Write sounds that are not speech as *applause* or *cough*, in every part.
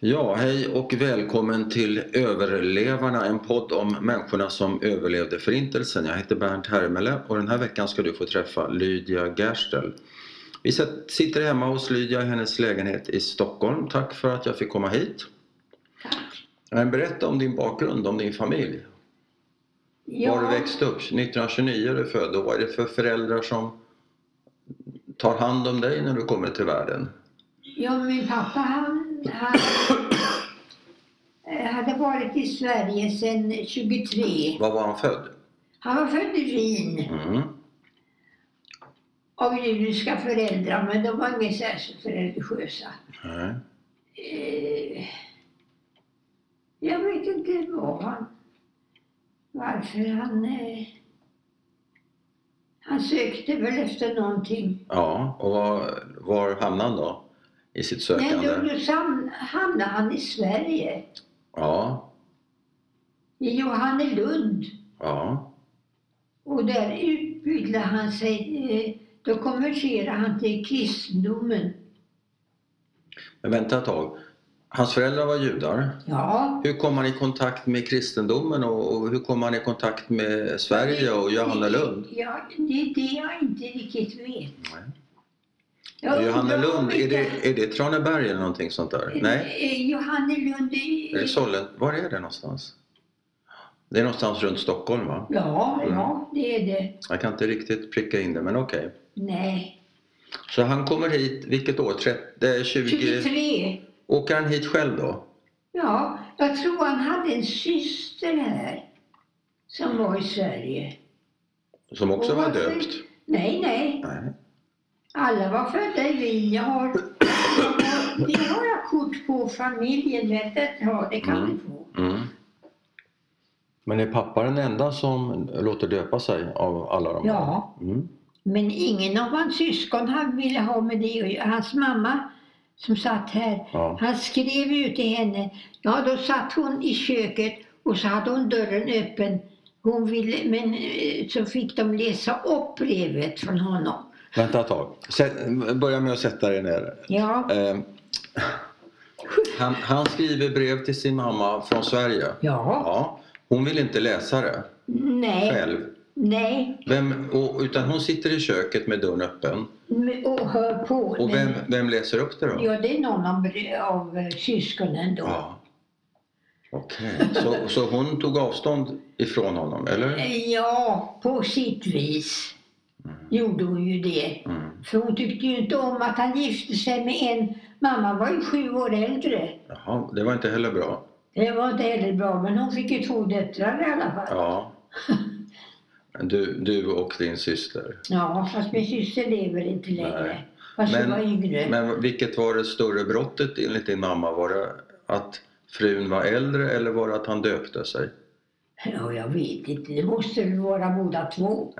Ja, hej och välkommen till Överlevarna, en podd om människorna som överlevde Förintelsen. Jag heter Bernt Hermele och den här veckan ska du få träffa Lydia Gerstel. Vi sitter hemma hos Lydia i hennes lägenhet i Stockholm. Tack för att jag fick komma hit. Tack. Berätta om din bakgrund, om din familj. Ja. Var du växte upp? 1929 är du född. Och vad är det för föräldrar som tar hand om dig när du kommer till världen? Ja, men min pappa han, han eh, hade varit i Sverige sedan 23. Var var han född? Han var född i Wien Mm. av judiska föräldrar, men de var inte särskilt religiösa. Nej. Eh, Jag vet inte vad han, varför han... eh, Han sökte väl efter någonting. Ja, och var, var hamnade han då i sitt Nej, sökande? då, då sam- hamnade han i Sverige, Ja, i Johannelund. ja, Och där utbildade han sig, eh, då konverterade han till kristendomen. men vänta ett tag. Hans föräldrar var judar. Ja, Hur kom han i kontakt med kristendomen och, och hur kom han i kontakt med Sverige och Johannelund? ja det är det jag inte riktigt vet. Nej. Jag undrar om Johannelund, är inte- det, är det Traneberg eller någonting sånt där? Nej, Eh, Johannelund är... är det Sollent? Var är det någonstans? Det är någonstans runt Stockholm va? Ja, Mm. ja, det är det. Jag kan inte riktigt pricka in det men okej. Nej. Så han kommer hit, vilket år? 30, 20... 23. Åker han hit själv då? Ja, jag tror han hade en syster här som var i Sverige. Som också Och var varför- döpt? Nej, nej. Nej. Alla var födda i Wien. Jag har, vi har jag kort på familjen. Vet du? Ja, det kan Mm. du få. Mm. Men är pappa den enda som låter döpa sig av alla de här? Ja, Mm. men ingen av hans syskon han ville ha med det att göra. Hans mamma som satt här, ja. han skrev ju till henne. Ja, då satt hon i köket och så hade hon dörren öppen. Hon ville, men eh, så fick de läsa upp brevet från honom. Vänta ett tag. Sätt- Börja med att sätta dig ner. Ja, Eh, han, han skriver brev till sin mamma från Sverige. ja, Ja. Hon vill inte läsa det nej, själv. nej, Vem, och, utan hon sitter i köket med dörren öppen. Men- och hör på. Och men- vem, vem läser upp det då? Ja, det är någon av, br- av eh, syskonen då. Ja. Okej. Så, så hon tog avstånd ifrån honom, eller? Eh, Ja, på sitt vis gjorde hon ju det. Mm. För hon tyckte ju inte om att han gifte sig med en... Mamma var ju sju år äldre. Jaha, det var inte heller bra. Det var inte heller bra, men hon fick ju två döttrar i alla fall. Ja. *laughs* Du, du och din syster. Ja, fast min syster lever inte längre. Nej. Fast Men- hon var yngre. Men vilket var det större brottet enligt din mamma? Var det att frun var äldre eller var det att han döpte sig? Ja, jag vet inte. Det måste väl vara båda två.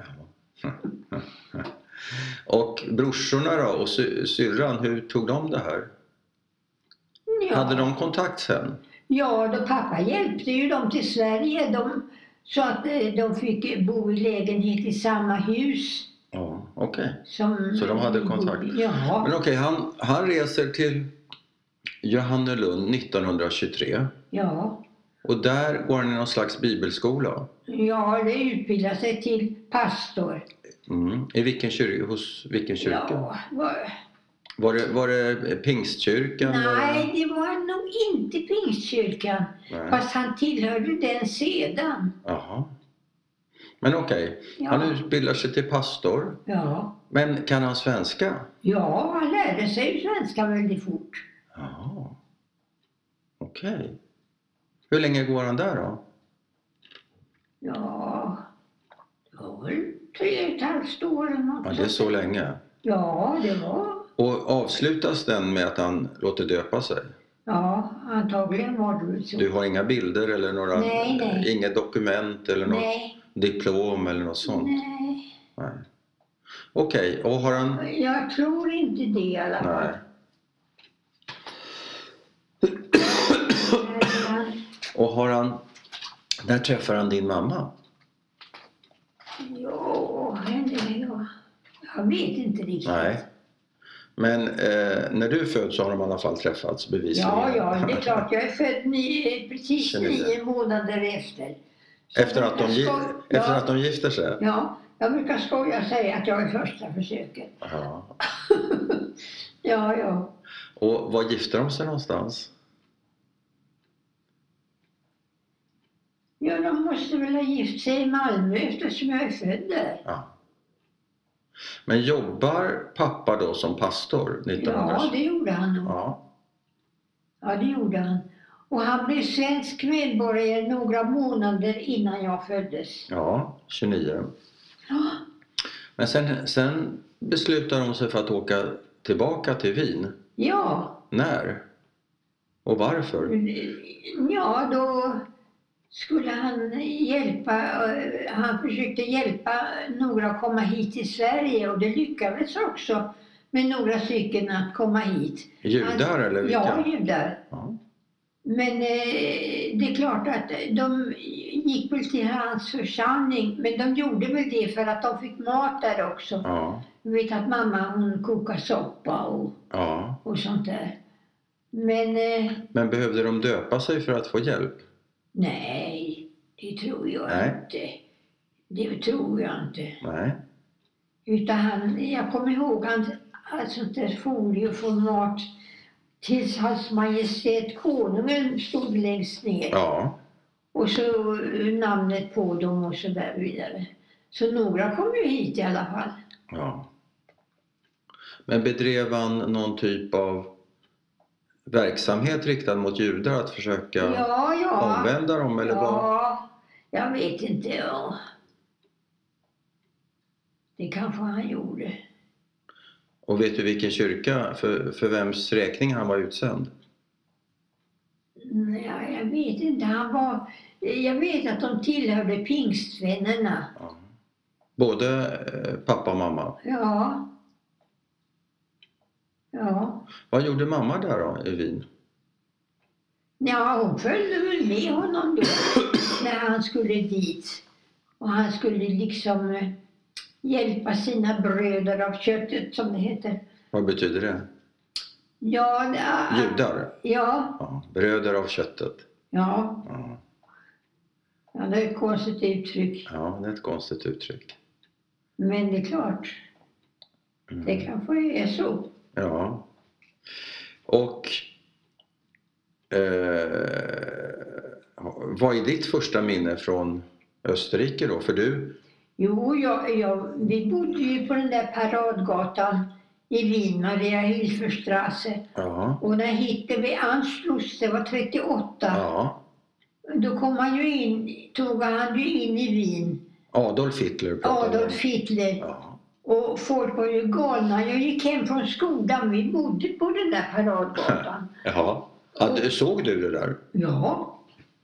Och brorsorna då och sy- syrran, hur tog de det här? Ja. Hade de kontakt sen? Ja, då pappa hjälpte ju dem till Sverige. De, så att eh, de fick bo i lägenhet i samma hus. Ja, okej. Som Så de hade kontakt? Ja, Men okej, han, han reser till Johannelund 1923 ja. och där går han i någon slags bibelskola. Ja, eller utbilda sig till pastor. Mm. I vilken kyr- hos vilken kyrka? Ja, var, Var det, var det pingstkyrkan? nej, det var nog inte pingstkyrkan. Eller? Nej. Fast han tillhörde den sedan. Jaha. Men okej, han Ja, utbildar sig till pastor. ja. Men kan han svenska? ja han lärde sig ju svenska väldigt fort. Jaha. Okej. Hur länge går han där då? Ja, det var väl tre och ett halvt år eller något Ja, det är så länge. Ja, det var Och avslutas den med att han låter döpa sig? Ja, antagligen var det väl så. Du har inga bilder eller några, Nej, nej. inga dokument eller något nej, diplom eller något sånt? nej. Nej. Okej, och har han... Jag tror inte det i alla fall. Nej. Men, Och har han... När träffar han din mamma? Ja, eller ja. Jag vet inte riktigt. Nej. Men eh, när du föds så har de i alla fall träffats bevisligen. Ja, *laughs* ja, det är klart. Jag är född ni, precis Känner du? nio månader efter. Så Efter jag att, de, brukar gi- skoj- efter ja, att de gifter sig? ja, jag brukar skoja och säga att jag är första försöket. Ja. Ja, ja. Och var gifter de sig någonstans? Ja, de måste väl ha gift sig i Malmö eftersom jag är född där. Ja. Men jobbar pappa då som pastor 1920? Ja, det gjorde han nog. Ja. Ja, det gjorde han. Och han blev svensk medborgare några månader innan jag föddes. ja, 29. Ja, Men sen, sen beslutar de sig för att åka tillbaka till Wien. Ja, När? Och varför? ja då skulle han hjälpa, eh, han försökte hjälpa några att komma hit till Sverige och det lyckades också med några stycken att komma hit. Judar eller vilka? Alltså, Ja, judar. Ja. Men eh, det är klart att de gick väl till hans församling, men de gjorde väl det för att de fick mat där också. Ja. Jag vet att mamma hon kokar soppa och, ja. och sånt där. Men eh, Men behövde de döpa sig för att få hjälp? nej, det tror jag Nej. inte. Det tror jag inte. Nej. Utan han, jag kommer ihåg han hade sånt där folie från mat tills hans majestät konungen stod längst ner. Ja. Och så eh, namnet på dem och så där vidare. Så några kom ju hit i alla fall. ja. Men bedrev han någon typ av verksamhet riktad mot judar? Att försöka ja. ja. omvända dem? Eller vad? Ja, jag vet inte. Ja. Det kanske han gjorde. Och vet du vilken kyrka, för, för vems räkning han var utsänd? Nej, jag vet inte. Han var... Jag vet att de tillhörde pingstvännerna. Ja. Både eh, pappa och mamma. Ja. Ja. Vad gjorde mamma där då i Wien? Ja, hon följde väl med honom då när han skulle dit. Och han skulle liksom eh, hjälpa sina bröder av köttet, som det heter. Vad betyder det? Ja, det- Judar? ja, Ja. Bröder av köttet? ja. Ja. Ja, det är ett konstigt uttryck. Ja, det är ett konstigt uttryck. Men det är klart, Mm. det kanske är så. Ja. Och eh, vad är ditt första minne från Österrike då? För du, Jo, jag, jag, vi bodde ju på den där paradgatan i Wien, Maria Hilferstrasse. ja, Och när Hitler vid Anschluss, det var 38, ja. då kom han ju in, tog han ju in i Wien, Adolf Hitler pratar vi om. Adolf Hitler. Ja, Och folk var ju galna. Jag gick hem från skolan, vi bodde på den där paradgatan. jaha. Hade, såg du det där? Ja.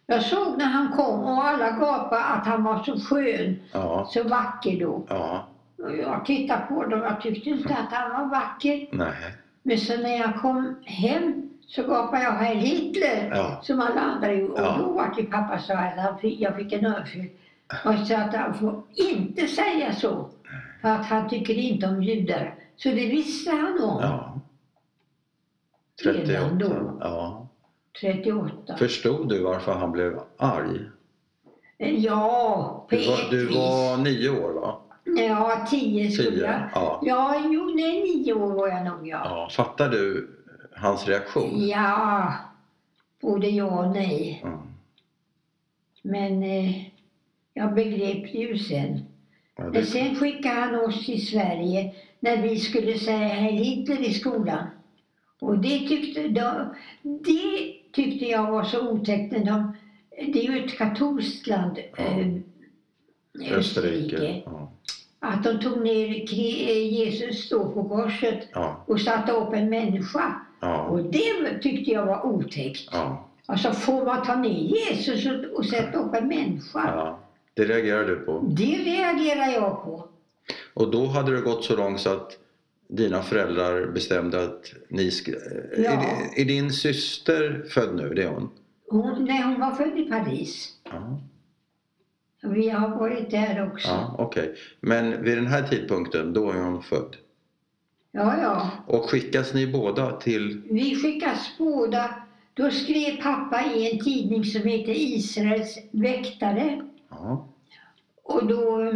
Jag såg när han kom och alla gapade att han var så skön, Ja, så vacker då. ja, Och jag tittade på dem jag tyckte inte att han var vacker. nej, Men så när jag kom hem så gapade jag här Hitler, Ja. som alla andra gjorde. Och Ja. då var det pappa sa att han fick, jag fick en örfil. Och sa att han får inte säga så, för att han tycker inte om judar. Så det visste han om, ja. 38. Redan då. Ja. 38. Förstod du varför han blev arg? Ja, på Du var, ett du vis. var nio år va? Ja, tio skulle jag. Tio? Ja. Ja, jo, nej, nio år var jag nog, ja. Ja, fattar du hans reaktion? Ja, både ja och nej. Mm. Men eh, jag begrep ju sen. Ja, Men det, sen skickade han oss till Sverige när vi skulle säga Herr Hitler i skolan. Och det tyckte, de, det tyckte jag var så otäckt. när De, det är ju ett katolskt land, eh, Österrike. Ja. Att de tog ner Kri- eh, Jesus då på korset Ja, och satte upp en människa. ja, Och det tyckte jag var otäckt. ja, Alltså får man ta ner Jesus och, och sätta upp en människa? ja. Det reagerar du på. Det reagerar jag på. Och då hade det gått så långt så att dina föräldrar bestämde att ni sk- eh, Ja. är, di- är din syster född nu? Det är hon. Hon, nej, hon var född i Paris. Ja, Vi har varit där också. ja okej. Men vid den här tidpunkten, då är hon född. Ja, ja. Och skickas ni båda till... Vi skickas båda. Då skrev pappa i en tidning som heter Israels väktare. Ja. Och då...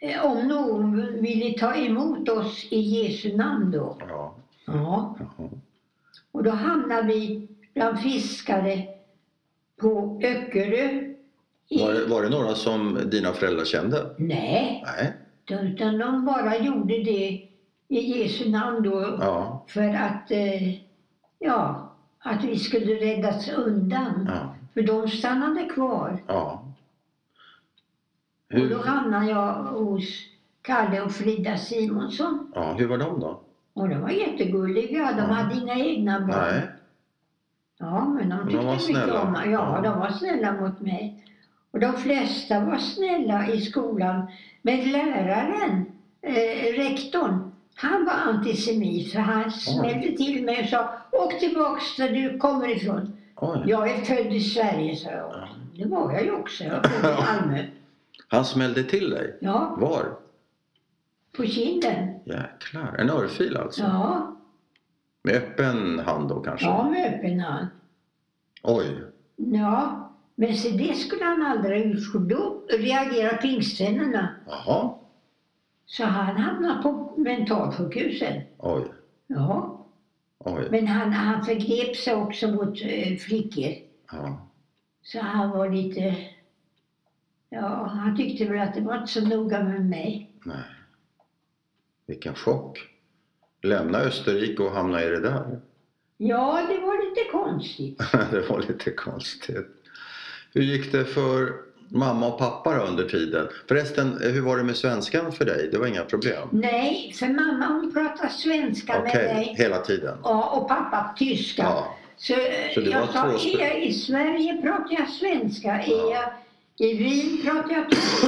eh, Om någon ville ta emot oss i Jesu namn då. ja. Ja. Jaha. Och då hamnade vi bland fiskare på Öckerö. I... Var, det- var det några som dina föräldrar kände? Nej, Nej. utan de bara gjorde det i Jesu namn då. Ja. För att, eh, ja, att vi skulle räddas undan. Ja. För de stannade kvar. ja. Och då Hur, hamnade jag hos Kalle och Frida Simonsson. ja, hur var de då? Och de var jättegulliga. De Ja. hade inga egna barn. Nej. Ja, men de tyckte var mycket snälla. om mig. Ja, Ja. de var snälla mot mig. Och de flesta var snälla i skolan. Men läraren, eh, rektorn, han var antisemit. Så han smällde till mig och sa Åk tillbaks där du kommer ifrån. Oj. Jag är född i Sverige, sa jag. Ja. Det var jag ju också. Jag var född i Malmö. Han smällde till dig? Ja, Var? på kinden. Jäklar. En örfil alltså? Ja, Med öppen hand då kanske? ja med öppen hand. Oj. Ja, men se det skulle han aldrig utgå. Då reagerade pingstvännerna. Jaha. Så han hamnade på mentalsjukhuset. Oj. Ja. Oj. Men han, han förgrep sig också mot eh, flickor. Ja. Så han var lite... Ja, han tyckte väl att det var inte så noga med mig. Nej. Vilken chock. Lämna Österrike och hamna i det där. *laughs* Ja, det var lite konstigt. det var lite konstigt. Hur gick det för mamma och pappa då under tiden? Förresten, hur var det med svenskan för dig? Det var inga problem? Nej, för mamma hon pratade svenska med mig. hela tiden? Ja, och pappa tyska. Ja. Så, eh, Så det var jag sa, tvåspråk- är jag i Sverige pratar jag svenska. Ja. Är jag i Wien pratar jag tyska.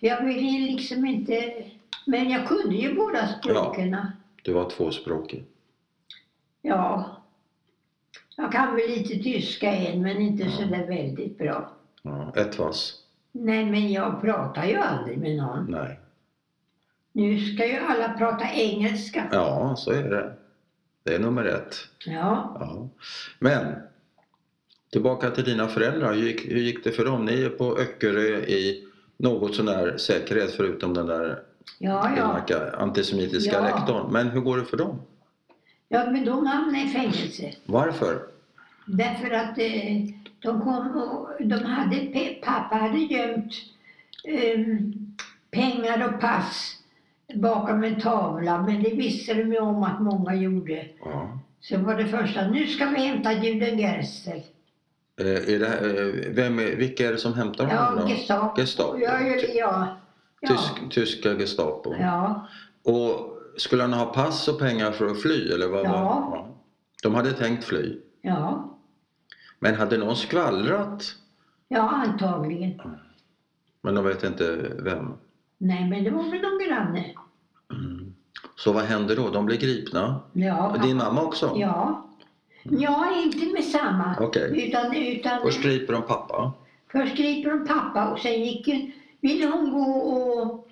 För jag ville ju liksom inte... Men jag kunde ju båda språken. Ja. Du var tvåspråkig? Jag kan väl lite tyska än, men inte Ja. så där väldigt bra. Ja. Ett vass? Nej, men jag pratar ju aldrig med någon. Nej. Nu ska ju alla prata engelska. Ja, så är det. Det är nummer ett. Ja. Ja. Men tillbaka till dina föräldrar. Hur gick, hur gick det för dem? Ni är på Öckerö i något sån här säkerhet förutom den där Ja, ja. elaka antisemitiska Ja. rektorn. Men hur går det för dem? Ja, men de hamnade i fängelse. Varför? Mm. Därför att eh, de kom och de hade, pe- pappa hade gömt ehm, pengar och pass bakom en tavla, men det visste de ju om att många gjorde. Ja. Så var det första, nu ska vi hämta Juden Gerster. Eh, Är det, här- eh, vem är, vilka är det som hämtar honom? Ja, då? Gestapo. Gestapo. Ja, ja, ja. Ja. Tysk, tyska Gestapo. Ja, Och skulle han ha pass och pengar för att fly? Eller vad, Ja. vad- ja. De hade tänkt fly. ja. Men hade någon skvallrat? Ja, antagligen. Men de vet inte vem. Nej, men det var väl någon granne. Mm. Så vad händer då? De blir gripna? Ja, Och Din mamma också? ja. ja inte med samma. Okej. Utan, utan... Först griper de pappa. Först griper de pappa och sen gick, ju- ville hon gå och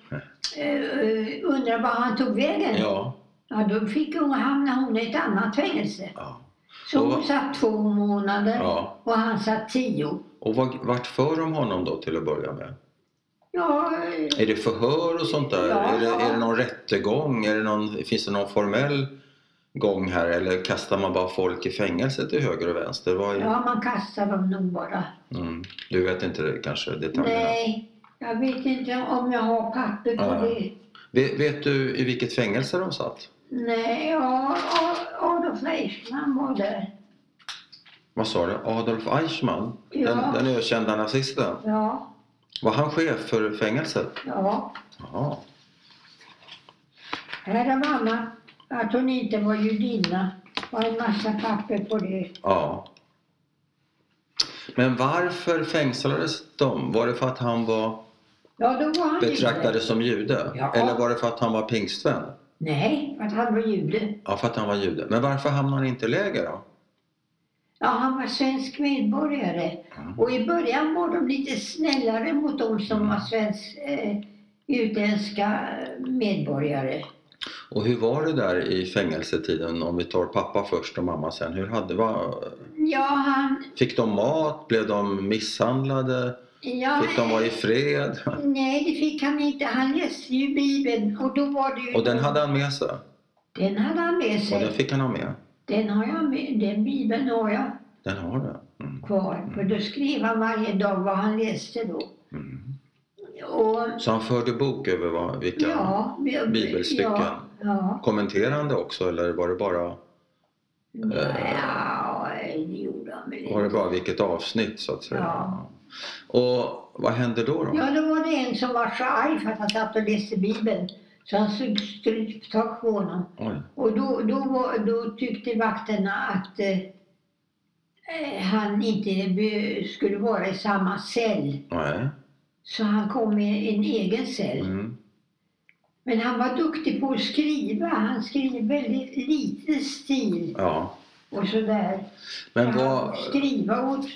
eh, undra var han tog vägen. Ja. Ja, då fick hon, hamnade hon i ett annat fängelse. ja. Så Och hon vad- satt två månader ja. och han satt tio. Och vad, vart för de honom då till att börja med? Ja, eh, Är det förhör och sånt där? Ja. är, det, är det någon rättegång? Är det någon, finns det någon formell gång här? Eller kastar man bara folk i fängelse till höger och vänster? Vad är, ja, man kastar dem nog bara. mm. Du vet inte det, kanske detaljerna? Nej, jag vet inte om jag har papper på Ja. det. Vet, vet du i vilket fängelse de satt? Nej, ja, A- Adolf Eichmann var där. Vad sa du? Adolf Eichmann? Ja. Den, den ökända nazisten? Ja, Var han chef för fängelset? ja. Jaha. Här är mamma. Att hon inte var judinna. Var en massa papper på det. Ja. Men varför fängslades de? Var det för att han var Ja, då var han jude. betraktades som jude? Ja. Eller var det för att han var pingstvän? Nej, för att han var jude. Ja, för att han var jude. Men varför hamnade han inte i läger då? Ja, han var svensk medborgare. Ja. Och i början var de lite snällare mot de som Mm. var svensk, eh, utländska medborgare. Och hur var det där i fängelsetiden om vi tar pappa först och mamma sen? Hur hade, va, Ja, han... fick de mat? Blev de misshandlade? Ja, Fick de vara i fred? Nej, det fick han inte. Han läste ju Bibeln och då var det ju... Och den hade han med sig? Den hade han med Och sig. den fick han ha med? Den har jag med. Den Bibeln har jag Den har du? Mm. kvar. För då skrev han varje dag vad han läste då. Mm. Och Så han förde bok över vad, vilka ja, vi- bibelstycken? Ja, ja. Kommenterade han det också eller var det bara, ja, det gjorde han väl var det inte. bara vilket avsnitt så att säga? Ja. Och vad hände då? då? Ja, då var det en som var så arg för att han satt och läste Bibeln. Så han slog stryptag på honom. Oj. Och då, då, var- då tyckte vakterna att eh, eh, han inte be- skulle vara i samma cell. Nej. Så han kom i en egen cell. Mm. Men han var duktig på att skriva. Han skrev väldigt lite stil Ja. och sådär. Men Så han vad, skriva åt,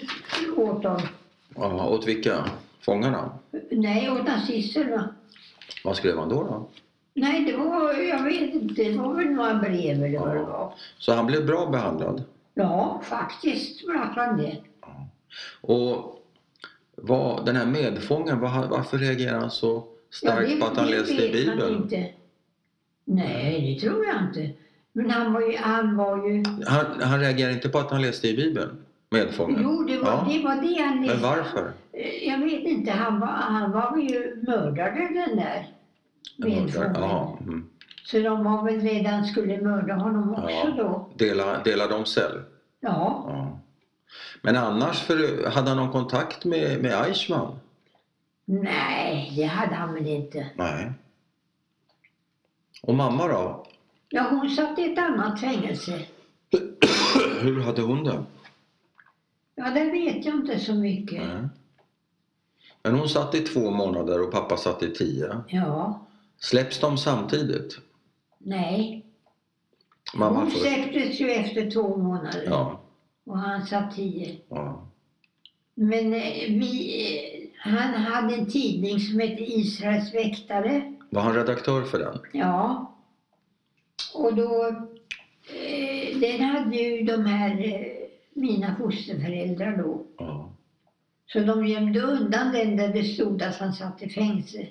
åt dem. ja, åt vilka? Fångarna? Nej, åt nazisterna. Vad skrev han då? då? Nej, det var, jag vet inte, det var väl några brev eller vad det var. Så han blev bra behandlad? Ja, faktiskt blev han det. Och vad, den här medfången, var, varför reagerar han så starkt Ja, det- på att han det läste i vet man Bibeln? Han, Inte. Nej, det tror jag inte. Men han var ju... Han var ju han, reagerar inte på att han läste i Bibeln? Medfången? jo, det var, Ja. det var det han Men läste. varför? Eh, Jag vet inte, han var, han var ju mördare den där medfången. Ja, mm. Så de var väl redan skulle mörda honom Ja. också då. dela, dela de cell? Ja. Ja. Men annars, för, hade han någon kontakt med, med Eichmann? Nej, det hade han väl inte. Nej. Och mamma då? *coughs* Ja, hon satt i ett annat fängelse. Hur hade hon det? Ja, det vet jag inte så mycket. Nej. Men hon satt i två månader och pappa satt i tio. Ja, Släpps de samtidigt? nej. Mamma hon först? släpptes ju efter två månader Ja, och han satt tio. ja. Men eh, vi, eh, han hade en tidning som hette Israels väktare. Var han redaktör för den? Ja. Och då, eh, den hade ju de här, eh, mina fosterföräldrar då. Ja. Så de gömde undan den där det stod att han satt i fängelse.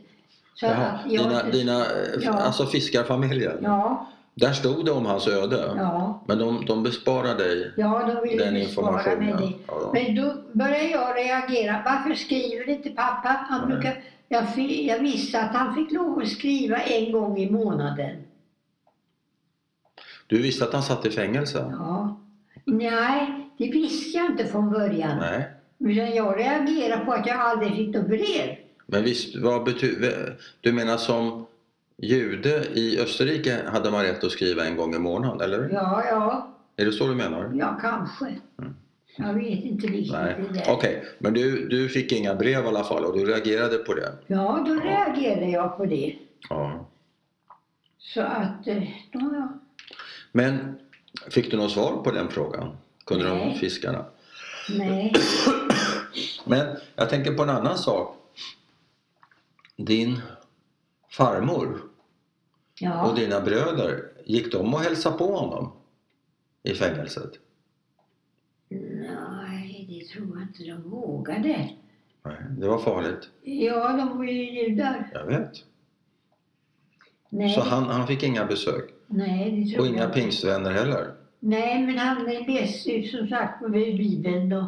Så Jaha, att jag dina, inte- dina eh, Ja. alltså fiskarfamiljen? Ja, Där stod det om hans öde. ja. Men de, de besparar dig Ja, de ville den ju spara med det. informationen? Ja. Men då började jag reagera. Varför skriver inte pappa? Han Nej. brukar, jag, fi- jag visste att han fick lov att skriva en gång i månaden. Du visste att han satt i fängelse? Ja. Nej, det visste jag inte från början. Nej. Utan jag reagerade på att jag aldrig fick något brev. Men visst, vad betyder... Du menar som jude i Österrike hade man rätt att skriva en gång i månaden, eller? Ja, ja, Är det så du menar? ja kanske. Jag vet inte riktigt Mm. Nej. det Okej, där. men du, du fick inga brev i alla fall och du reagerade på det? Ja, då reagerade jag på det. Ja. Så att, eh, då, ja. Men fick du något svar på den frågan? Kunde de Nej. fiskarna? nej. Men jag tänker på en annan sak. Din farmor Ja. och dina bröder, gick de och hälsade på honom i fängelset? Nej, det tror jag inte de vågade. Nej, det var farligt. Ja, de var ju judar. Jag vet. Nej, Så han, han fick inga besök. nej det Och tror inga jag inte. pingstvänner heller. Nej, men han läste ju som sagt på Bibeln och,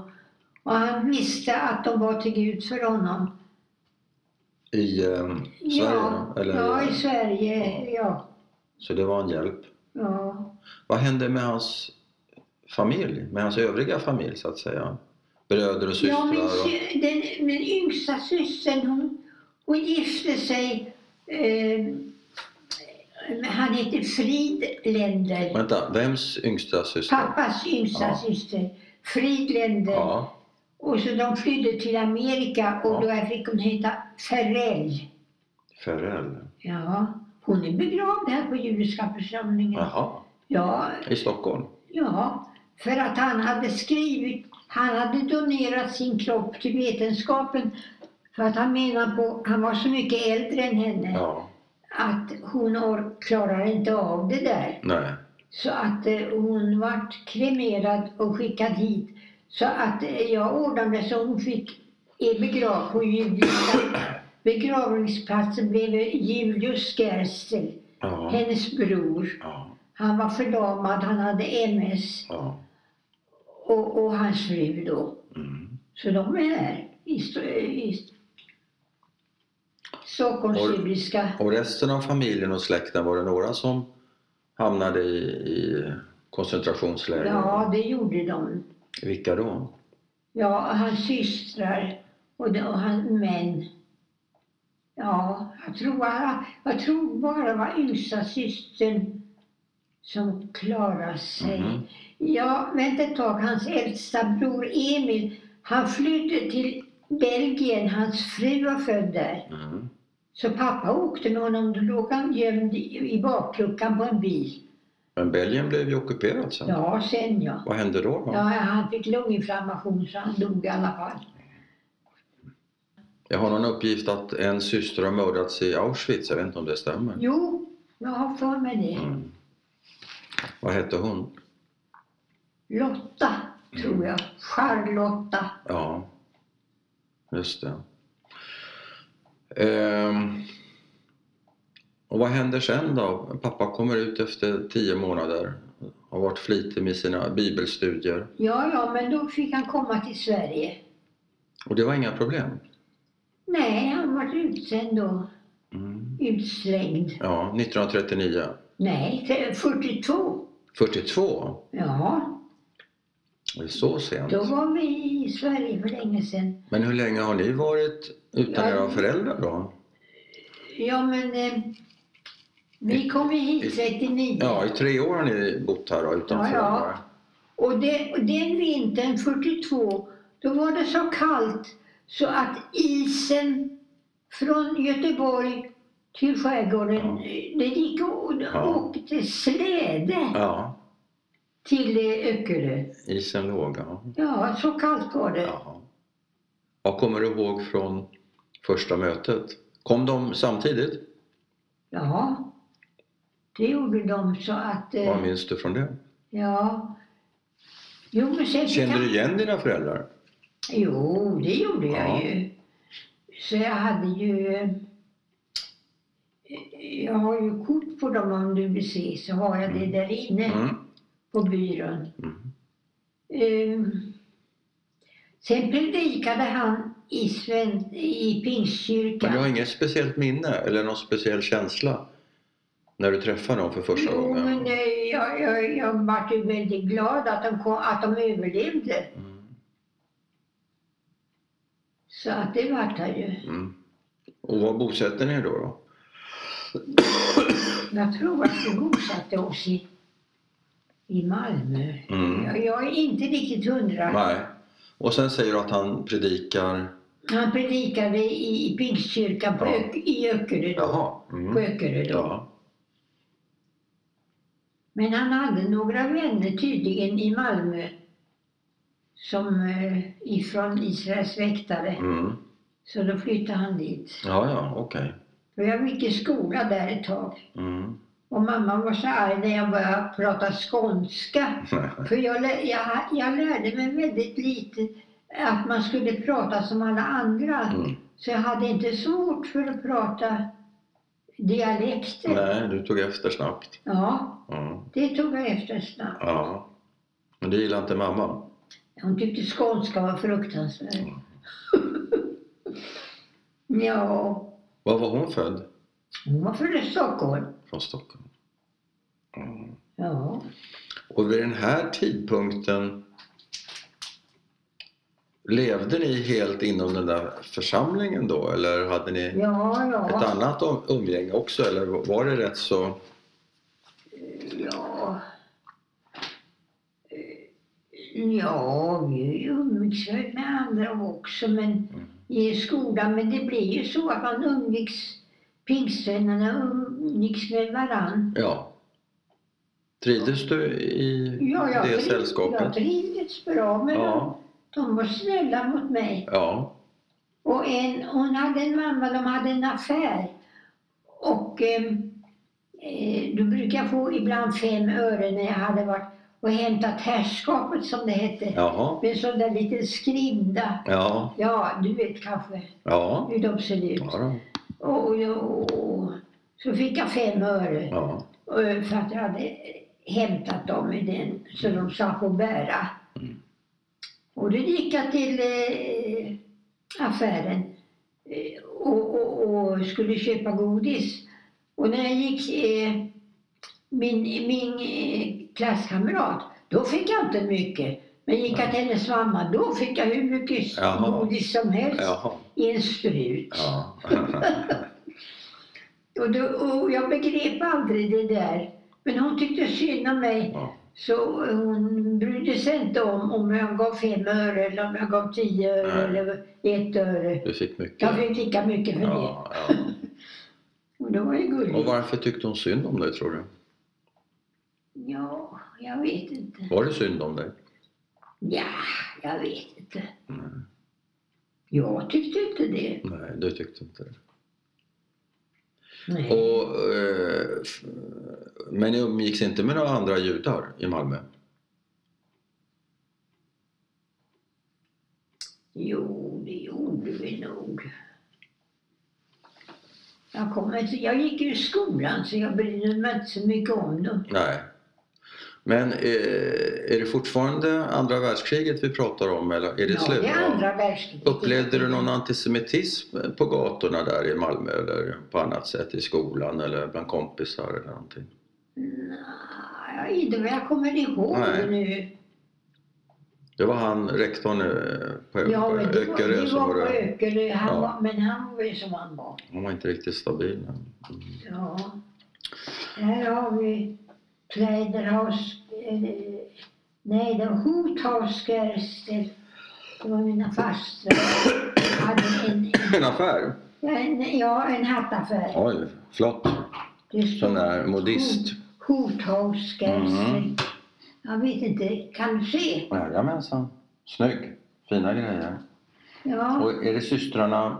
och han visste att de var till Gud för honom. I eh, Sverige? ja, eller, ja, i Sverige. Ja. Så det var en hjälp. ja. Vad hände med hans familj? Med hans övriga familj så att säga? Bröder och systrar? ja min, och... sy- den, min yngsta systern hon, hon gifte sig eh, han heter Frid Länder. Vänta, vems yngsta syster? Pappas yngsta Ja. syster, Fridländer. Ja, Och så de flydde till Amerika och Ja. då fick hon heta Ferrell. Ferrell. Ja, hon är begravd här på judiska församlingen. Ja. Jaha, Ja, i Stockholm. för att han hade skrivit, han hade donerat sin kropp till vetenskapen För att han menar på, han var så mycket äldre än henne, Ja, att hon or- klarar inte av det där. nej. Så att eh, hon vart kremerad och skickad hit. Så att eh, jag ordnade så hon fick är begravd på Julius. Begravningsplatsen blev Julius Gerzel, Ja, hennes bror. ja, Han var förlamad, han hade MS ja. och, och hans fru då. Mm. Så de är här i, Sto- i Stockholmsjudiska. Och resten av familjen och släkten, var det några som hamnade i, i koncentrationsläger? Ja, det gjorde de. Vilka då? Ja, hans systrar och, de, och hans män. Ja, jag tror, bara, jag tror bara det var yngsta systern som klarade sig. Mhm. Ja, vänta ett tag. Hans äldsta bror Emil, han flydde till Belgien. Hans fru var född där. Mm. Så pappa åkte med honom. Då låg han gömd i i bakluckan på en bil. Men Belgien blev ju ockuperat sen. Ja, sen ja. Vad hände då? då? Ja, han fick lunginflammation så han dog i alla fall. Jag har någon uppgift att en syster har mördats i Auschwitz. Jag vet inte om det stämmer. Jo, jag har för mig det. Mm. Vad hette hon? Lotta, tror jag. Charlotta. Ja, just det. Ehm. Och vad händer sen då? Pappa kommer ut efter tio månader. Har varit flitig med sina bibelstudier. Ja, ja, men då fick han komma till Sverige. Och det var inga problem. Nej, han var utsänd då. Mm. Utslängd. Ja, 1939. Nej, te- 42. 42? Ja, Det är så sent. då var vi i Sverige för länge sedan. Men hur länge har ni varit utan Ja. era föräldrar då? Ja, men eh, vi kom ju hit 39. Ja, i tre år har ni bott här då, utan Ja, ja. föräldrar. Och, det, och den vintern, 42, då var det så kallt så att isen från Göteborg till skärgården, eh, Ja. det gick och och Ja. åkte släde Ja, till eh, Öckerö. isen låg. Ja. Ja, så kallt var det. Ja. Vad kommer du ihåg från första mötet? Kom de samtidigt? Ja, det gjorde de så att... eh, Vad minns du från det? Ja. Jo, men sen fick Kände han- du igen dina föräldrar? Jo, det gjorde Ja. jag ju. Så jag hade ju... eh, Jag har ju kort på dem om du vill se, så har jag det Mm. där inne Mm. på byrån. Mm. Ehm, sen predikade han i, Sven, i Men du har Pingstkyrkan. inget speciellt minne eller någon speciell känsla när du träffar dem för första Jo, gången? men det, jag, jag, jag var ju väldigt glad att de, kom, att de överlevde. Mm. Så att det vart jag ju. Mm. Och var bosätter ni er då? då? Jag tror att vi bosatte oss i, i Malmö. Mm. Jag, jag är inte riktigt hundra. Nej. Och sen säger du att han predikar... Han predikade i, i Pingstkyrkan på Ja. Ök, i Öckerö då. Jaha. På Mm. Öckerö då. Ja. Men han hade några vänner tydligen i Malmö som eh, ifrån Israels väktare. Mm. Så då flyttade han dit. Ja, ja, okej. Och jag gick i skola där ett tag. Mm. *laughs* Och mamma var så arg när jag började prata skånska. Mm. För jag, lä- jag, jag lärde mig väldigt lite att man skulle prata som alla andra. Mm. Så jag hade inte svårt för att prata dialekter. Nej, du tog efter snabbt. Ja, Mm. det tog jag efter snabbt. Ja. Men det gillar inte mamma. Hon tyckte skånska var fruktansvärd. Mm. *laughs* Ja, Var var hon född? hon var från Stockholm. Från Stockholm. Mm. Ja. Och vid den här tidpunkten levde ni helt inom den där församlingen då eller hade ni Ja, ett ja. annat om- umgänge också eller var det rätt så... Ja. Eh, Ja, vi umgicks väl med andra också men Mm. i skolan. Men det blir ju så att man umgicks, pingstvännerna umgicks med varann. Ja. Trivdes du i Ja, jag, det triv, sällskapet? jag trivdes bra med dem. ja. De var snälla mot mig. Ja. Och en, hon hade en mamma, de hade en affär. Och eh, eh, då brukade jag få ibland fem öre när jag hade varit och hämtat herrskapet som det hette. Jaha. Med sån där liten skrinda. Ja. Ja, du vet kanske Ja. hur de ser ut. Ja. då. Och, och, jag- och så fick jag fem öre ja. eh, för att jag hade hämtat dem i den, så de slapp att bära. Mm. Och då gick jag till eh, affären eh, och, och, och skulle köpa godis. Och när jag gick, eh, min, min eh, klasskamrat, då fick jag inte mycket. Men gick jag till hennes mamma, då fick jag hur mycket Jaha. godis som helst Jaha. i en strut. Ja. *laughs* Och, då, och jag begrep aldrig det där. Men hon tyckte synd om mig. ja. Så hon brydde sig inte om om jag gav fem öre eller om jag gav tio öre Nej. eller ett öre. Du fick mycket. Jag fick lika mycket för det. ja, ja. Och det var ju Och gulligt. varför tyckte hon synd om dig tror du? Ja, jag vet inte. Var det synd om dig? Ja, jag vet inte. Nej. Jag tyckte inte det. Nej, du tyckte inte det. Nej. Och, eh, f- men ni umgicks inte med några andra judar i Malmö? Jo, det gjorde vi nog. Jag, kom, inte- jag gick ju i skolan så jag brydde mig inte så mycket om dem. Nej. Men eh, är det fortfarande andra världskriget vi pratar om eller är det ja, slut? det Ja. är andra världskriget. Upplevde du någon antisemitism på gatorna där i Malmö eller på annat sätt i skolan eller bland kompisar eller någonting? Nej, inte vad jag kommer ihåg Nej. nu. Det var han, rektorn eh, på Ja, men det var, Öckerö vi som var var på det. Öckerö, han Ja. var, men han var ju som han var. Han var inte riktigt stabil. men- *laughs* Ja. Här har vi Kleiderhaus... eh, Nej, det var Hothausgerster. Det var mina fastrar. hade en, En affär? en, ja, en hattaffär. Oj, flott. Det stod Sån där modist. Hot- Hothausgerster. Mm. Jag vet inte, kan du se? Jajamensan. Snygg. Fina grejer. Ja. Och är det systrarna,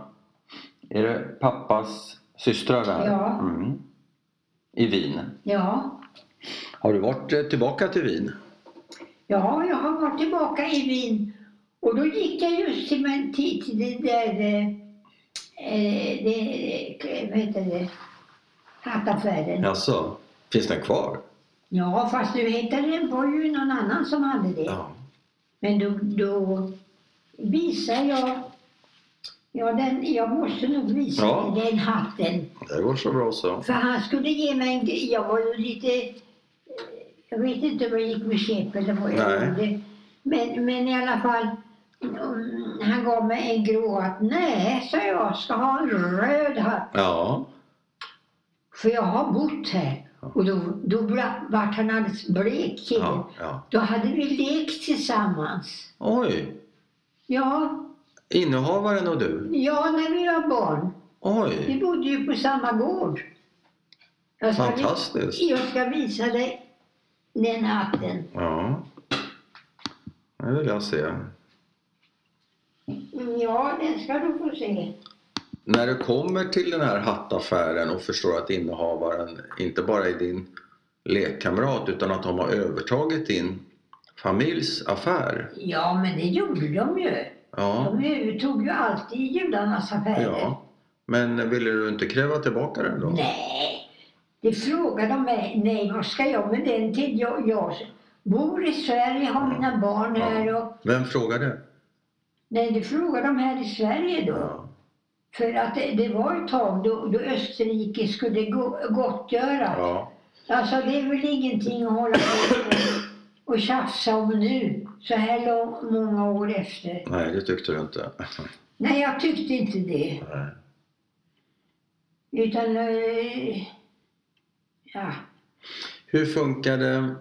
är det pappas systrar där? Ja. Mm. I Wien. ja. Har du varit eh, tillbaka till Wien? Ja, jag har varit tillbaka i Wien. Och då gick jag just till, men, till, till det där... eh, Eh, det, eh, vad heter det? Hattaffären. Ja. Jaså, finns den kvar? fast nu hittade den var ju någon annan som hade det. Ja. Men då, då visar jag... Ja, den, jag måste nog visa Ja. dig den hatten. Det går så bra så. För han skulle ge mig en grej. Jag var ju lite... eh, Jag vet inte om jag gick med käpp eller vad jag Nej. gjorde. Men, men i alla fall. mm, Han gav mig en grå hatt. Nej, sa jag, ska ha en röd hatt. Ja. För jag har bott här. Ja. Och då, då bra- vart han alldeles blek killen. ja, ja. Då hade vi lekt tillsammans. Oj, Ja, innehavaren och du. ja, när vi var barn. Vi Oj, bodde ju på samma gård. Jag ska, vi- fantastiskt. jag ska visa dig den hatten. Ja. Det vill jag se. Mm, Ja, den ska du få se. När du kommer till den här hattaffären och förstår att innehavaren inte bara är din lekkamrat utan att de har övertagit din familjs affär. Ja, men det gjorde de ju. Ja. De övertog ju alltid judarnas affärer. ja. Men ville du inte kräva tillbaka den då? Nej, det frågade de mig. Nej, vad ska jag med den till? Jag, jag bor i Sverige, har mina barn Ja. här och... Vem frågade? Nej, det frågade de här i Sverige då. Ja. För att det, det var ett tag då, då Österrike skulle go, gottgöra. ja. Alltså det är väl ingenting att hålla på och, och tjafsa om nu, så här lång, många år efter. Nej, det tyckte du inte. Nej, jag tyckte inte det. Nej. Utan... eh, Ja. Hur funkade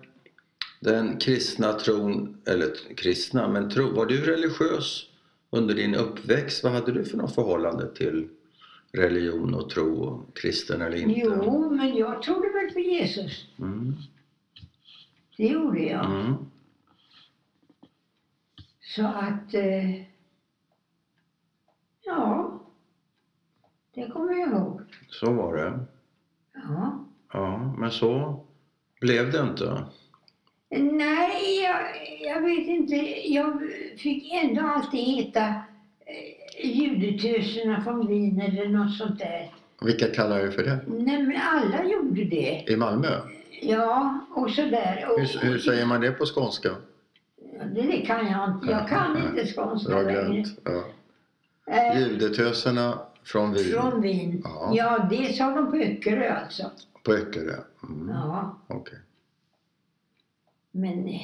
den kristna tron, eller kristna, men tro, var du religiös under din uppväxt? Vad hade du för något förhållande till religion och tro, och kristen eller inte? Jo, men jag trodde väl på Jesus. Mm. Det gjorde jag. Mm. Så att... eh, Ja, kommer jag ihåg. Så var det. Ja. Ja, men så blev det inte. Nej, jag, jag vet inte. Jag fick ändå alltid heta eh, judetöserna från Wien eller något sånt där. Vilka kallar du för det? Nej, men alla gjorde det. I Malmö? Ja, och sådär. Och, Hur, hur säger man det på skånska? det, det kan jag inte. Jag kan Nej, inte Jag skånska har längre. glömt. Ja. Eh, Judetöserna från Wien Från Wien. Ja. Ja. det sa de på Öckerö alltså. på Öckerö. Mm. Ja, Okej. men... eh,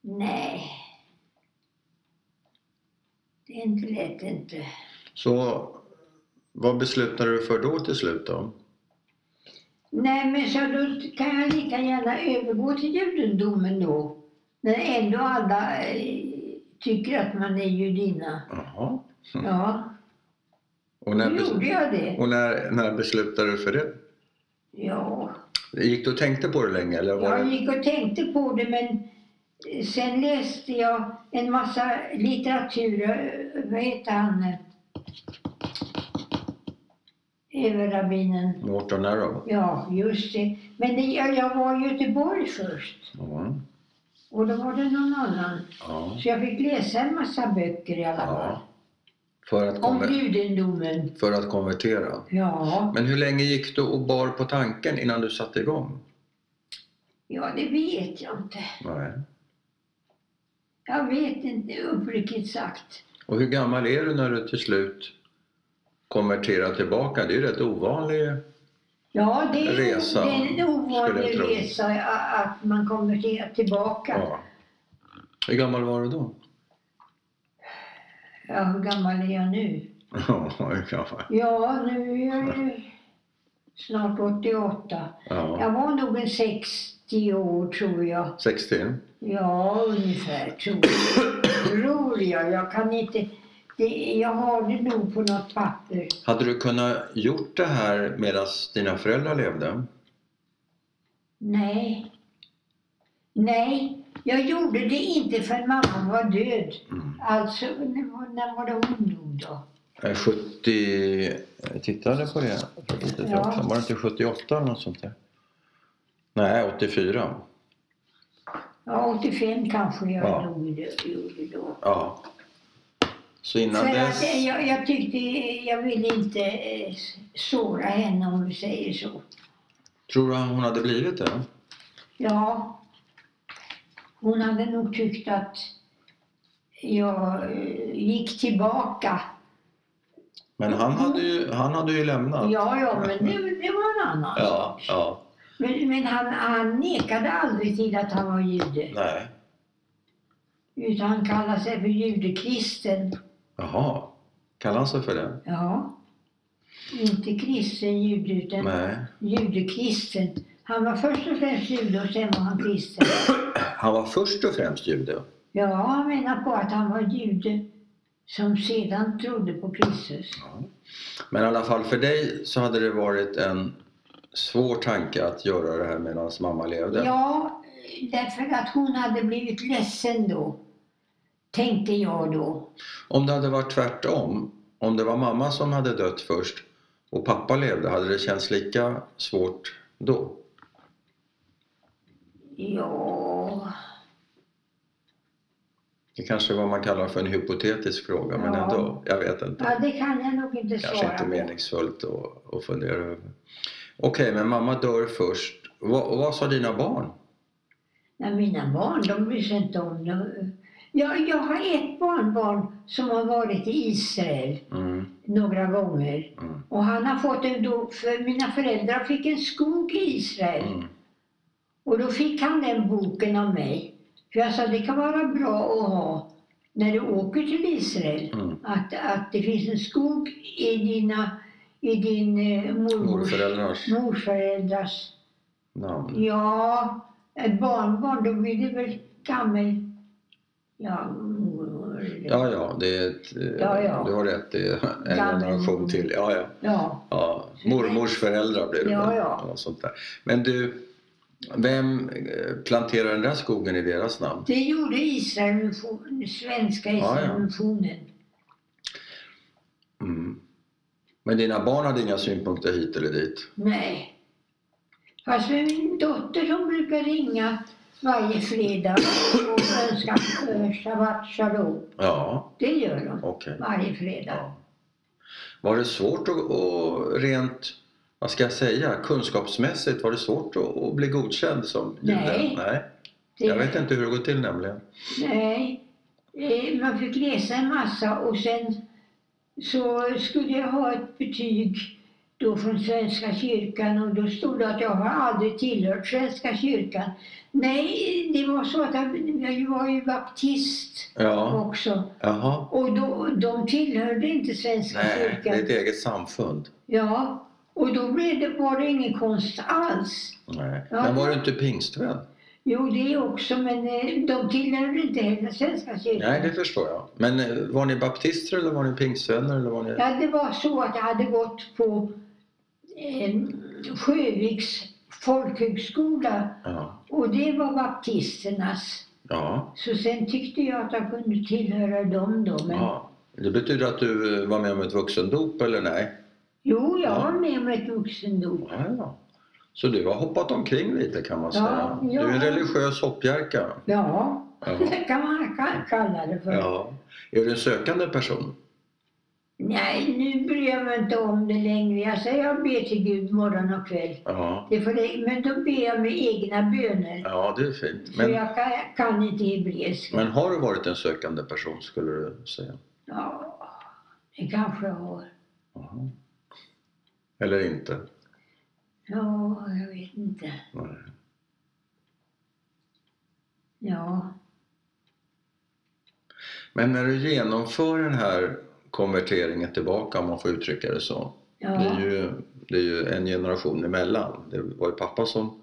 Nej. Det är inte lätt inte. Så vad beslutade du för då till slut då? Nej, men så då kan jag lika gärna övergå till judendomen då. När ändå alla eh, tycker att man är judinna. Jaha. Ja, Och då när, gjorde bes- jag det. och när, när beslutade du för det? Ja. Gick du och tänkte på det länge eller var Jag det? gick och tänkte på det men eh, sen läste jag en massa litteratur. eh, Vad heter han? Överrabbinen. Mårten Arrow? Ja, just det. Men det, jag jag var i Göteborg först Ja. och då var det någon annan. ja. Så jag fick läsa en massa böcker i alla fall. ja. För, att Om konver- judendomen. för att konvertera. Ja, Men hur länge gick du och bar på tanken innan du satte igång? ja, det vet jag inte. Nej. Jag vet inte uppriktigt sagt. Och hur gammal är du när du till slut konverterar tillbaka? Det är ju rätt ovanlig. Ja, det är, Resa, det är en skulle jag ovanlig tro. resa a- att man kommer till- tillbaka. Ja. Ja. Hur gammal var du då? hur gammal är jag nu? *laughs* Ja, hur gammal? Ja, nu är jag ju snart 88. Ja. Jag var nog en 60 år tror jag. 60? Ja, ungefär tror jag. tror jag. Jag kan inte... Det, jag har det nog på något papper. Hade du kunnat gjort det här medan dina föräldrar levde? Nej. Nej, jag gjorde det inte för mamma var död. Mm. Alltså, när, var- när var det hon dog då? Eh, 70... Jag tittade på det för ett litet Ja. tag sedan. Var det inte 78 eller något sånt där? Nej, 84. Ja, 85 kanske jag Ja. gjorde, gjorde då. Ja. Så innan För dess... att eh, jag, jag tyckte, eh, jag ville inte eh, såra henne om vi säger så. Tror du hon hade blivit det? Ja, hon hade nog tyckt att jag eh, gick tillbaka. Men han hade ju, han hade ju lämnat. Mm. Ja, ja, men det, det var en annan Ja, sak. ja. Men, men han, han nekade aldrig till att han var jude. Nej. Utan han kallade sig för judekristen. Jaha. Kallar han sig för det? Ja. Inte kristen jude, utan Nej. judekristen. Han var först och främst jude och sen var han kristen. Han var först och främst jude. Ja, han menar på att han var jude som sedan trodde på Kristus. Men i alla fall för dig så hade det varit en svår tanke att göra det här medan mamma levde. Ja, därför att hon hade blivit ledsen då. Tänkte jag då. Om det hade varit tvärtom, om det var mamma som hade dött först och pappa levde, hade det känts lika svårt då? Ja, Det kanske är vad man kallar för en hypotetisk fråga, men Ja. ändå. Jag vet inte. ja det kan jag nog inte kanske svara inte på. meningsfullt att, att fundera över. Okej, men mamma dör först. Vad, vad sa dina barn? Ja, mina barn, de bryr sig inte om det. Jag, jag har ett barnbarn som har varit i Israel Mm, några gånger. mm, Och han har fått en då, för mina föräldrar fick en skog i Israel. mm. Och då fick han den boken av mig. För jag sa det kan vara bra att ha när du åker till Israel. Mm. Att, att det finns en skog i, dina, i din eh, mormors Morföräldrars morföräldrars. namn. Ja, ett barnbarn då blir det väl gammel. Ja, mormor. Ja, ja, det är ett, eh, Ja, ja. du har rätt. Det är en Gammal. generation till. Ja, ja. ja. Ja, mormors föräldrar blir det Ja, väl, ja. och sånt där. Men du, vem eh, planterade den där skogen i deras namn? Det gjorde Israelmission, svenska ja. Israelmissionen. Mm. Men dina barn hade inga synpunkter hit eller dit? Nej. Fast min dotter hon brukar ringa varje fredag och önska eh, shabbat shalom. Ja, Det gör hon okej. varje fredag. Ja. Var det svårt att, att rent, vad ska jag säga, kunskapsmässigt var det svårt att, att bli godkänd som jude? Nej. Nej. Det- Jag vet inte hur det går till nämligen. Nej. Eh, Man fick läsa en massa och sen så skulle jag ha ett betyg då från Svenska kyrkan och då stod det att jag har aldrig tillhört Svenska kyrkan. Nej, det var så att jag, jag var ju baptist Ja, också. jaha. Och då, de tillhörde inte Svenska Nej, det kyrkan. är ett eget samfund. Ja, och då blev det, var det ingen konst alls. Nej. Ja. Men var du inte pingstvän? Jo, det också, men eh, de tillhörde inte heller Svenska kyrkan. Nej, det förstår jag. Men eh, var ni baptister eller var ni pingstvänner? Eller var ni... Ja, det var så att jag hade gått på eh, Sjöviks folkhögskola Ja. och det var baptisternas. Ja. Så sen tyckte jag att jag kunde tillhöra dem då. Men, ja. Det betyder att du eh, var med om ett vuxendop eller nej? Jo, jag Ja. var med om ett vuxendop. Ja, ja. Så du har hoppat omkring lite kan man Ja, säga. ja. Du är en religiös hoppjerka. Ja, Ja. *laughs* det kan man ka- kalla det för. ja. Är du en sökande person? Nej, nu bryr jag mig inte om det längre. Jag säger jag ber till Gud morgon och kväll. Ja. Det får det, men då ber jag med egna böner. Ja, det är fint. För Men, jag kan, kan inte hebreiska. men har du varit en sökande person skulle du säga? Ja, det kanske jag har. Jaha. Eller inte? Ja, jag vet inte. Nej. Ja, Men när du genomför den här konverteringen tillbaka, om man får uttrycka det så. Det, är ja, ju, det är ju en generation emellan. Det var ju pappa som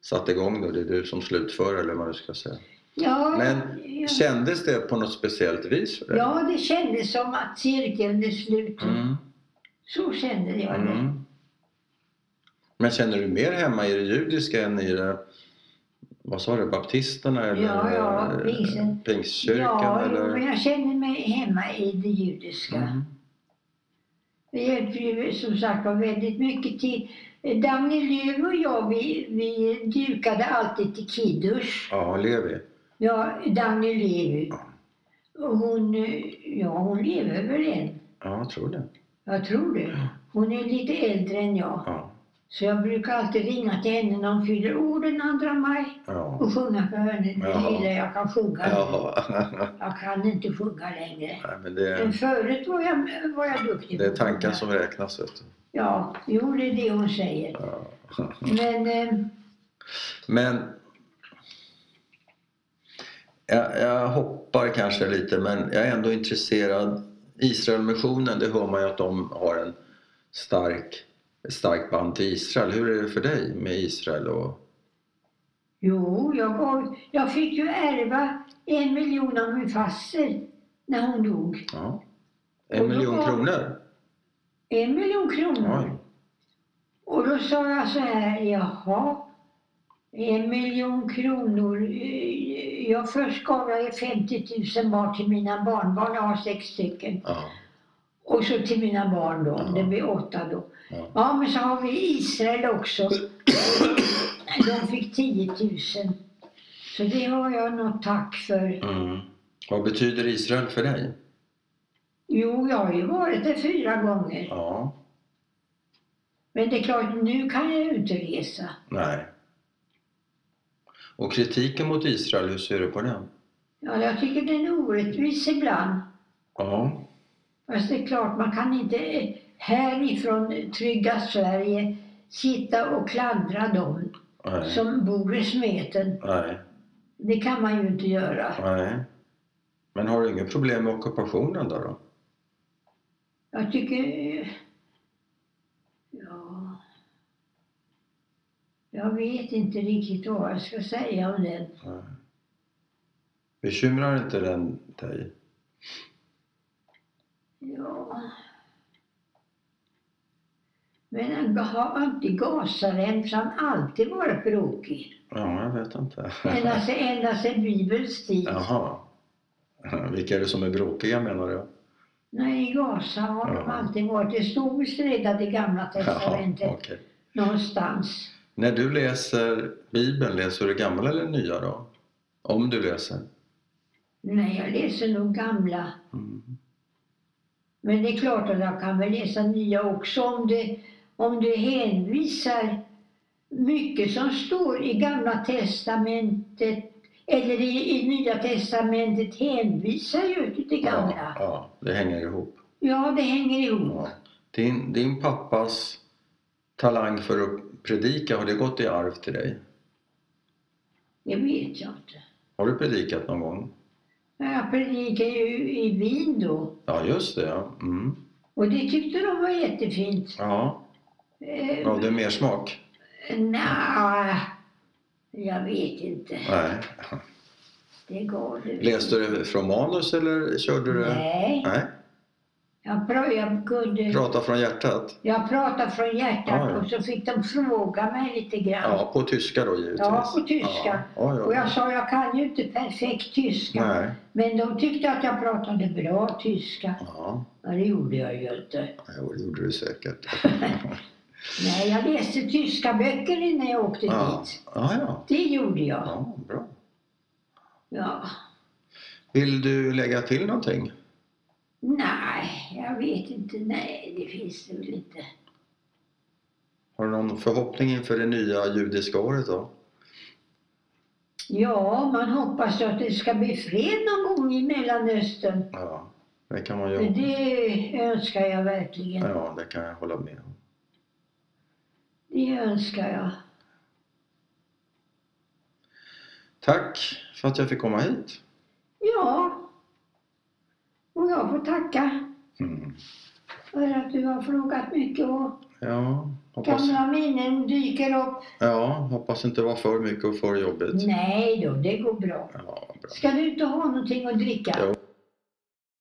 satte igång det och det är du som slutför eller vad du ska säga. ja. Men ja. Kändes det på något speciellt vis för dig? ja, det kändes som att cirkeln är slut. Mm. Så kände jag det. Mm. Men känner du mer hemma i det judiska än i det, vad sa du, baptisterna eller Ja, ja, pingsten. pingstkyrkan? ja, jo, eller? men jag känner mig hemma i det judiska. Mm. Det hjälper ju som sagt var väldigt mycket till. eh, Dagny Lööf och jag, vi, vi dukade alltid till Kiddush. Ja, Levi. Ja, Dagny Lööf. Ja. Och Hon, eh, ja, hon lever väl än. Ja, jag tror det. Jag tror det. Hon är lite äldre än jag. Ja. Så jag brukar alltid ringa till henne när hon fyller år den 2 maj Ja. och sjunga för henne det Jaha. lilla jag kan sjunga. Jaha. Jag kan inte sjunga längre. Nej, men Men det, förut var jag, var jag duktig. det är på att sjunga. tankar som räknas. Vet du. Ja, jo det är det hon säger. Ja. Men eh, Men jag, jag hoppar kanske lite, men jag är ändå intresserad. Israelmissionen, det hör man ju att de har en stark, ett starkt band till Israel. Hur är det för dig med Israel? Och, Jo, jag, gav, jag fick ju ärva en miljon av min faster när hon dog. ja. Och En då miljon var- kronor? En miljon kronor. Oj. Och då sa jag så här, jaha, en miljon kronor. eh, Jag först gav jag ju 50 000 var till mina barnbarn, jag har sex stycken. Ja. Och så till mina barn då, Ja. det blir åtta då. Ja. Ja, men så har vi Israel också. De fick 10 000. Så det har jag något tack för. Mm. Vad betyder Israel för dig? Jo, jag har ju varit där fyra gånger. Ja. Men det är klart, nu kan jag ju inte resa. Nej. Och kritiken mot Israel, hur ser du på den? Ja, jag tycker den är orättvis ibland. Ja. Fast det är klart, man kan inte eh, härifrån trygga Sverige sitta och klandra dem Nej. som bor i smeten. Nej. Det kan man ju inte göra. Nej. Men har du inget problem med ockupationen då? då? Jag tycker... eh, Ja... Jag vet inte riktigt vad jag ska säga om den. Nej. Bekymrar inte den dig? Ja. Men har inte Gazaremsan alltid varit bråkig? Ja, jag vet inte. *laughs* Ända sedan ända sedan Bibelns tid. Jaha. Vilka är det som är bråkiga menar du? Nej, i Gaza har de Ja. alltid varit. Det stod bestridda i Gamla Jaha, testamentet okej. någonstans. När du läser Bibeln, läser du gamla eller nya då? Om du läser? Nej, jag läser nog gamla. Mm. Men det är klart att jag kan väl läsa nya också om det, om det hänvisar mycket som står i Gamla Testamentet eller i, i Nya Testamentet hänvisar ju till Ja, gamla. ja, det hänger ihop. Ja, det hänger ihop. Ja. Din, din pappas talang för att predika, har det gått i arv till dig? Det vet jag inte. Har du predikat någon gång? Men Jag predikade ju i Wien då Ja, just det. Ja, mm. och det tyckte de var jättefint. ja. Eh, gav det mer smak? Nja, jag vet inte. Nej. Det går du. Läste du från manus eller körde du? Nej, Nej. jag, pra- jag kunde... Prata från hjärtat? Jag pratade från hjärtat Ja, ja. och så fick de fråga mig lite grann. Ja, på tyska då givetvis. Ja, på tyska. Ja, ja, Och ja. jag sa, jag kan ju inte perfekt tyska. Nej. Men de tyckte att jag pratade bra tyska. Ja, Ja, det gjorde jag ju inte. jo, det gjorde du säkert. Nej, jag läste tyska böcker innan jag åkte ja. dit. Ja, ja. Det gjorde jag. ja, bra. Ja. Vill du lägga till någonting? Nej, jag vet inte. Nej, det finns det väl inte. Har du någon förhoppning inför det nya judiska året då? Ja, man hoppas ju att det ska bli fred någon gång i Mellanöstern. Ja, det kan man ju Det önskar jag verkligen. Ja, det kan jag hålla med om. Det önskar jag. Tack för att jag fick komma hit. Ja. Och jag får tacka Mm. för att du har frågat mycket och Ja, hoppas, gamla minnen dyker upp. ja, hoppas inte det var för mycket och för jobbigt. Nej då, det går bra. Ja, bra. Ska du inte ha någonting att dricka? Jo.